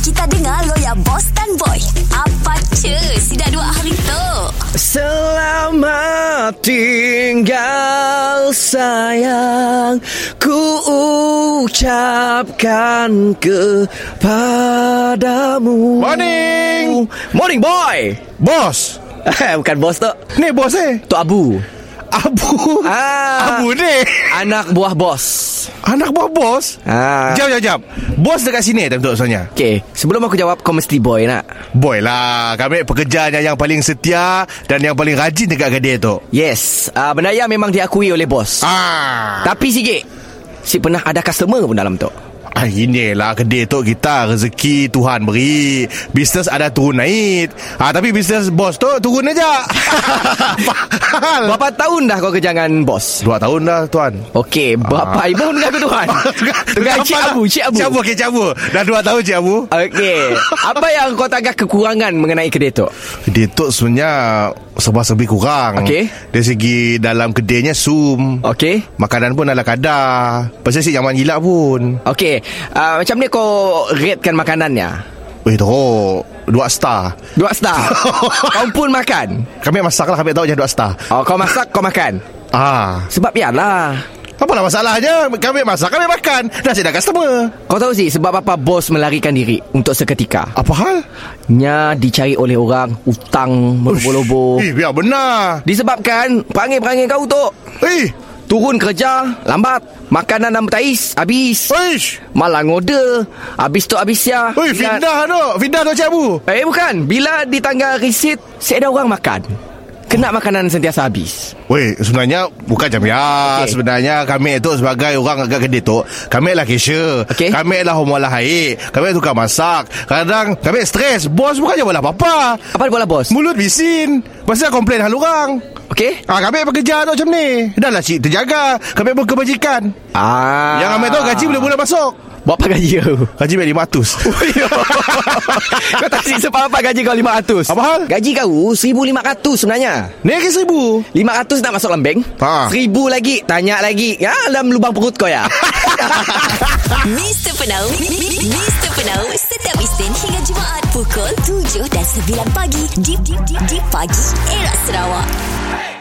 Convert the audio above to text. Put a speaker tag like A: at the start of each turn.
A: Kita dengar lo ya Boss dan Boy Apa cu Sudah dua hari tu
B: Selamat tinggal sayang Ku ucapkan kepadamu
C: Morning.
B: Morning boy Eh,
C: Bos.
B: Bukan bos tu
C: Ni bos eh.
B: Tok Abu
C: Abu.
B: ah,
C: Abu ni.
B: Anak buah bos
C: Anak buah bos.
B: ah.
C: Jap, jap, jap. Bos dekat sini tak betul sebenarnya.
B: Okay Sebelum aku jawab Kau mesti boy nak
C: Boy lah. Kami pekerjanya yang paling setia dan yang paling rajin dekat kedai tu.
B: Yes ah, Benda yang memang diakui oleh bos
C: Ah.
B: Tapi sikit Si pernah ada customer pun dalam tu
C: Ah, inilah kedai tu kita rezeki Tuhan beri. Bisnes ada turun naik. Ah, tapi bisnes bos tu turun aja. Fahal.
B: Berapa tahun dah kau kerja dengan bos?
C: Dua tahun dah tuan.
B: Okey, berapa ah. ibu dengan aku tuan? Dengan Cik Abu, Cik Abu. Ah.
C: Cik Abu, okay, Cik Abu. Dah dua tahun Cik Abu.
B: Okey, apa yang kau tangkap kekurangan mengenai kedai tu?
C: Dia tu sebenarnya serba-serbi kurang.
B: Okey.
C: Dari segi dalam kedainya sum.
B: Okey.
C: Makanan pun ala kadar. Pasal si zaman gila pun.
B: Okey, uh, macam ni kau ratekan makanannya?
C: Eh, teruk. Dua star.
B: Dua star. kau pun makan.
C: Kami masak lah, kami tahu je dua star.
B: Oh, kau masak, kau makan.
C: Ah.
B: Sebab ialah
C: Apalah lah masalahnya? Kami masak, kami makan. Dah saya dah customer.
B: kau tahu sih sebab apa bos melarikan diri untuk seketika.
C: Apa hal?
B: Nya dicari oleh orang utang meroboh-roboh.
C: Eh, biar benar.
B: Disebabkan perangai-perangai kau tu.
C: Eh,
B: Turun kerja Lambat Makanan dan bertais Habis
C: Uish.
B: Malang order Habis tu habis ya
C: Ui, Findah tu. Findah tu Cik Abu.
B: Eh bukan Bila di tanggal receipt Saya ada orang makan Kena makanan sentiasa habis
C: Weh, sebenarnya bukan macam ya.
B: Okey.
C: Okay. Sebenarnya kami itu sebagai orang agak kedai tu, kami lah Kesha.
B: Okey.
C: Kami lah homolah haik. Kami tukar masak. Kadang kami stres. Bos bukannya bola apa-apa.
B: Apa dia bola bos?
C: Mulut bisin. Pasal komplain hal orang.
B: Okey
C: Ah, kami pekerja tu macam ni. Dah lah cik terjaga. Kami pun kebajikan.
B: ah.
C: Yang kami tahu gaji bulan-bulan masuk.
B: Berapa gaji kau?
C: Gaji biar
B: ya.
C: 500.
B: kau tak sih apa gaji kau 500
C: Apa hal?
B: Gaji kau 1500 sebenarnya
C: Ni ke seribu.
B: 500 nak masuk dalam bank
C: Ha.
B: 1000 lagi Tanya lagi Ya dalam lubang perut kau ya
A: Mr. Penau Mr. Penau Setiap Isnin hingga Jumaat Pukul 7 dan 9 pagi Di, di, di, di pagi Era Sarawak